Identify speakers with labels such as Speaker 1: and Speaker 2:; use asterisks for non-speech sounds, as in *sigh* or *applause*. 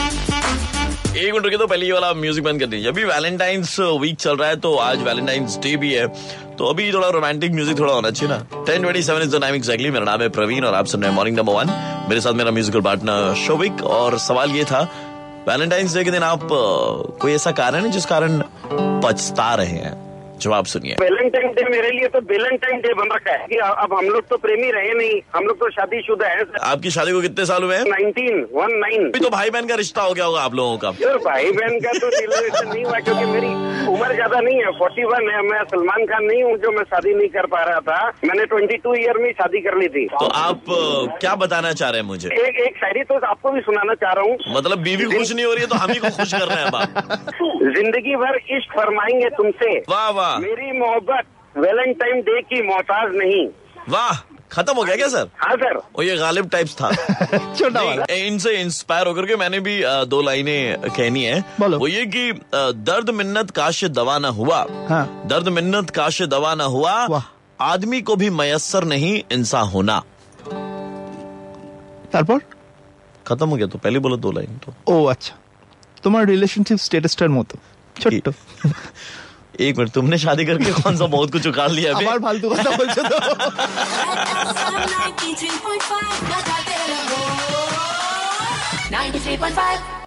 Speaker 1: एक मिनट रुके तो पहले ये वाला म्यूजिक बंद कर दीजिए अभी वैलेंटाइंस वीक चल रहा है तो आज वैलेंटाइंस डे भी है तो अभी थोड़ा रोमांटिक म्यूजिक थोड़ा होना चाहिए ना ten twenty seven is the time exactly मेरा नाम है प्रवीण और आप सुन रहे हैं मॉर्निंग नंबर वन मेरे साथ मेरा म्यूजिकल पार्टनर शोभिक और सवाल ये था वैलेंटाइंस डे के दिन आप अ, कोई ऐसा कारण है जिस कारण पछता रहे हैं जवाब सुनिए
Speaker 2: वेलेंटाइन डे मेरे लिए तो वेलेंटाइन डे बन रखा है कि अब हम लोग तो प्रेमी रहे नहीं हम लोग तो शादीशुदा है
Speaker 1: आपकी शादी को कितने साल हुए हैं
Speaker 2: नाइनटीन वन नाइन
Speaker 1: अभी तो भाई बहन का रिश्ता हो गया होगा आप लोगों का
Speaker 2: यार भाई बहन का तो रिलेशन नहीं हुआ क्योंकि मेरी उम्र ज्यादा नहीं है फोर्टी वन है मैं सलमान खान नहीं हूँ जो मैं शादी नहीं कर पा रहा था मैंने ट्वेंटी टू ईयर में ही शादी कर ली थी
Speaker 1: तो आप अ, क्या बताना चाह रहे हैं मुझे
Speaker 2: एक एक शायरी तो आपको भी सुनाना चाह रहा हूँ
Speaker 1: मतलब बीवी खुश नहीं हो रही है तो हम ही को खुश कर रहे हैं अब आप
Speaker 2: जिंदगी भर इश्क फरमाएंगे तुमसे
Speaker 1: वाह वाह
Speaker 2: मेरी मोहब्बत वेलेंटाइन डे की मोहताज नहीं
Speaker 1: वाह खत्म हो गया क्या सर
Speaker 2: हाँ सर
Speaker 1: और ये गालिब टाइप्स
Speaker 3: *laughs*
Speaker 1: था
Speaker 3: छोटा वाला
Speaker 1: नहीं, इनसे इंस्पायर होकर के मैंने भी अ, दो लाइनें कहनी है
Speaker 3: बोलो।
Speaker 1: वो ये कि अ, दर्द मिन्नत काश दवा ना हुआ
Speaker 3: हाँ।
Speaker 1: दर्द मिन्नत काश दवा ना हुआ
Speaker 3: वाह।
Speaker 1: आदमी को भी मयसर नहीं इंसान होना
Speaker 3: তারপর
Speaker 1: खत्म हो गया तो पहले बोलो दो लाइन तो
Speaker 3: ও আচ্ছা তোমার রিলেশনশিপ স্ট্যাটাসটার মতো ছোট্ট
Speaker 1: एक मिनट तुमने शादी करके कौन सा बहुत कुछ उखाड़ लिया अभी
Speaker 3: আবার ফালতু কথা বলছো তো
Speaker 4: Some 93.5 बजाते रहो 93.5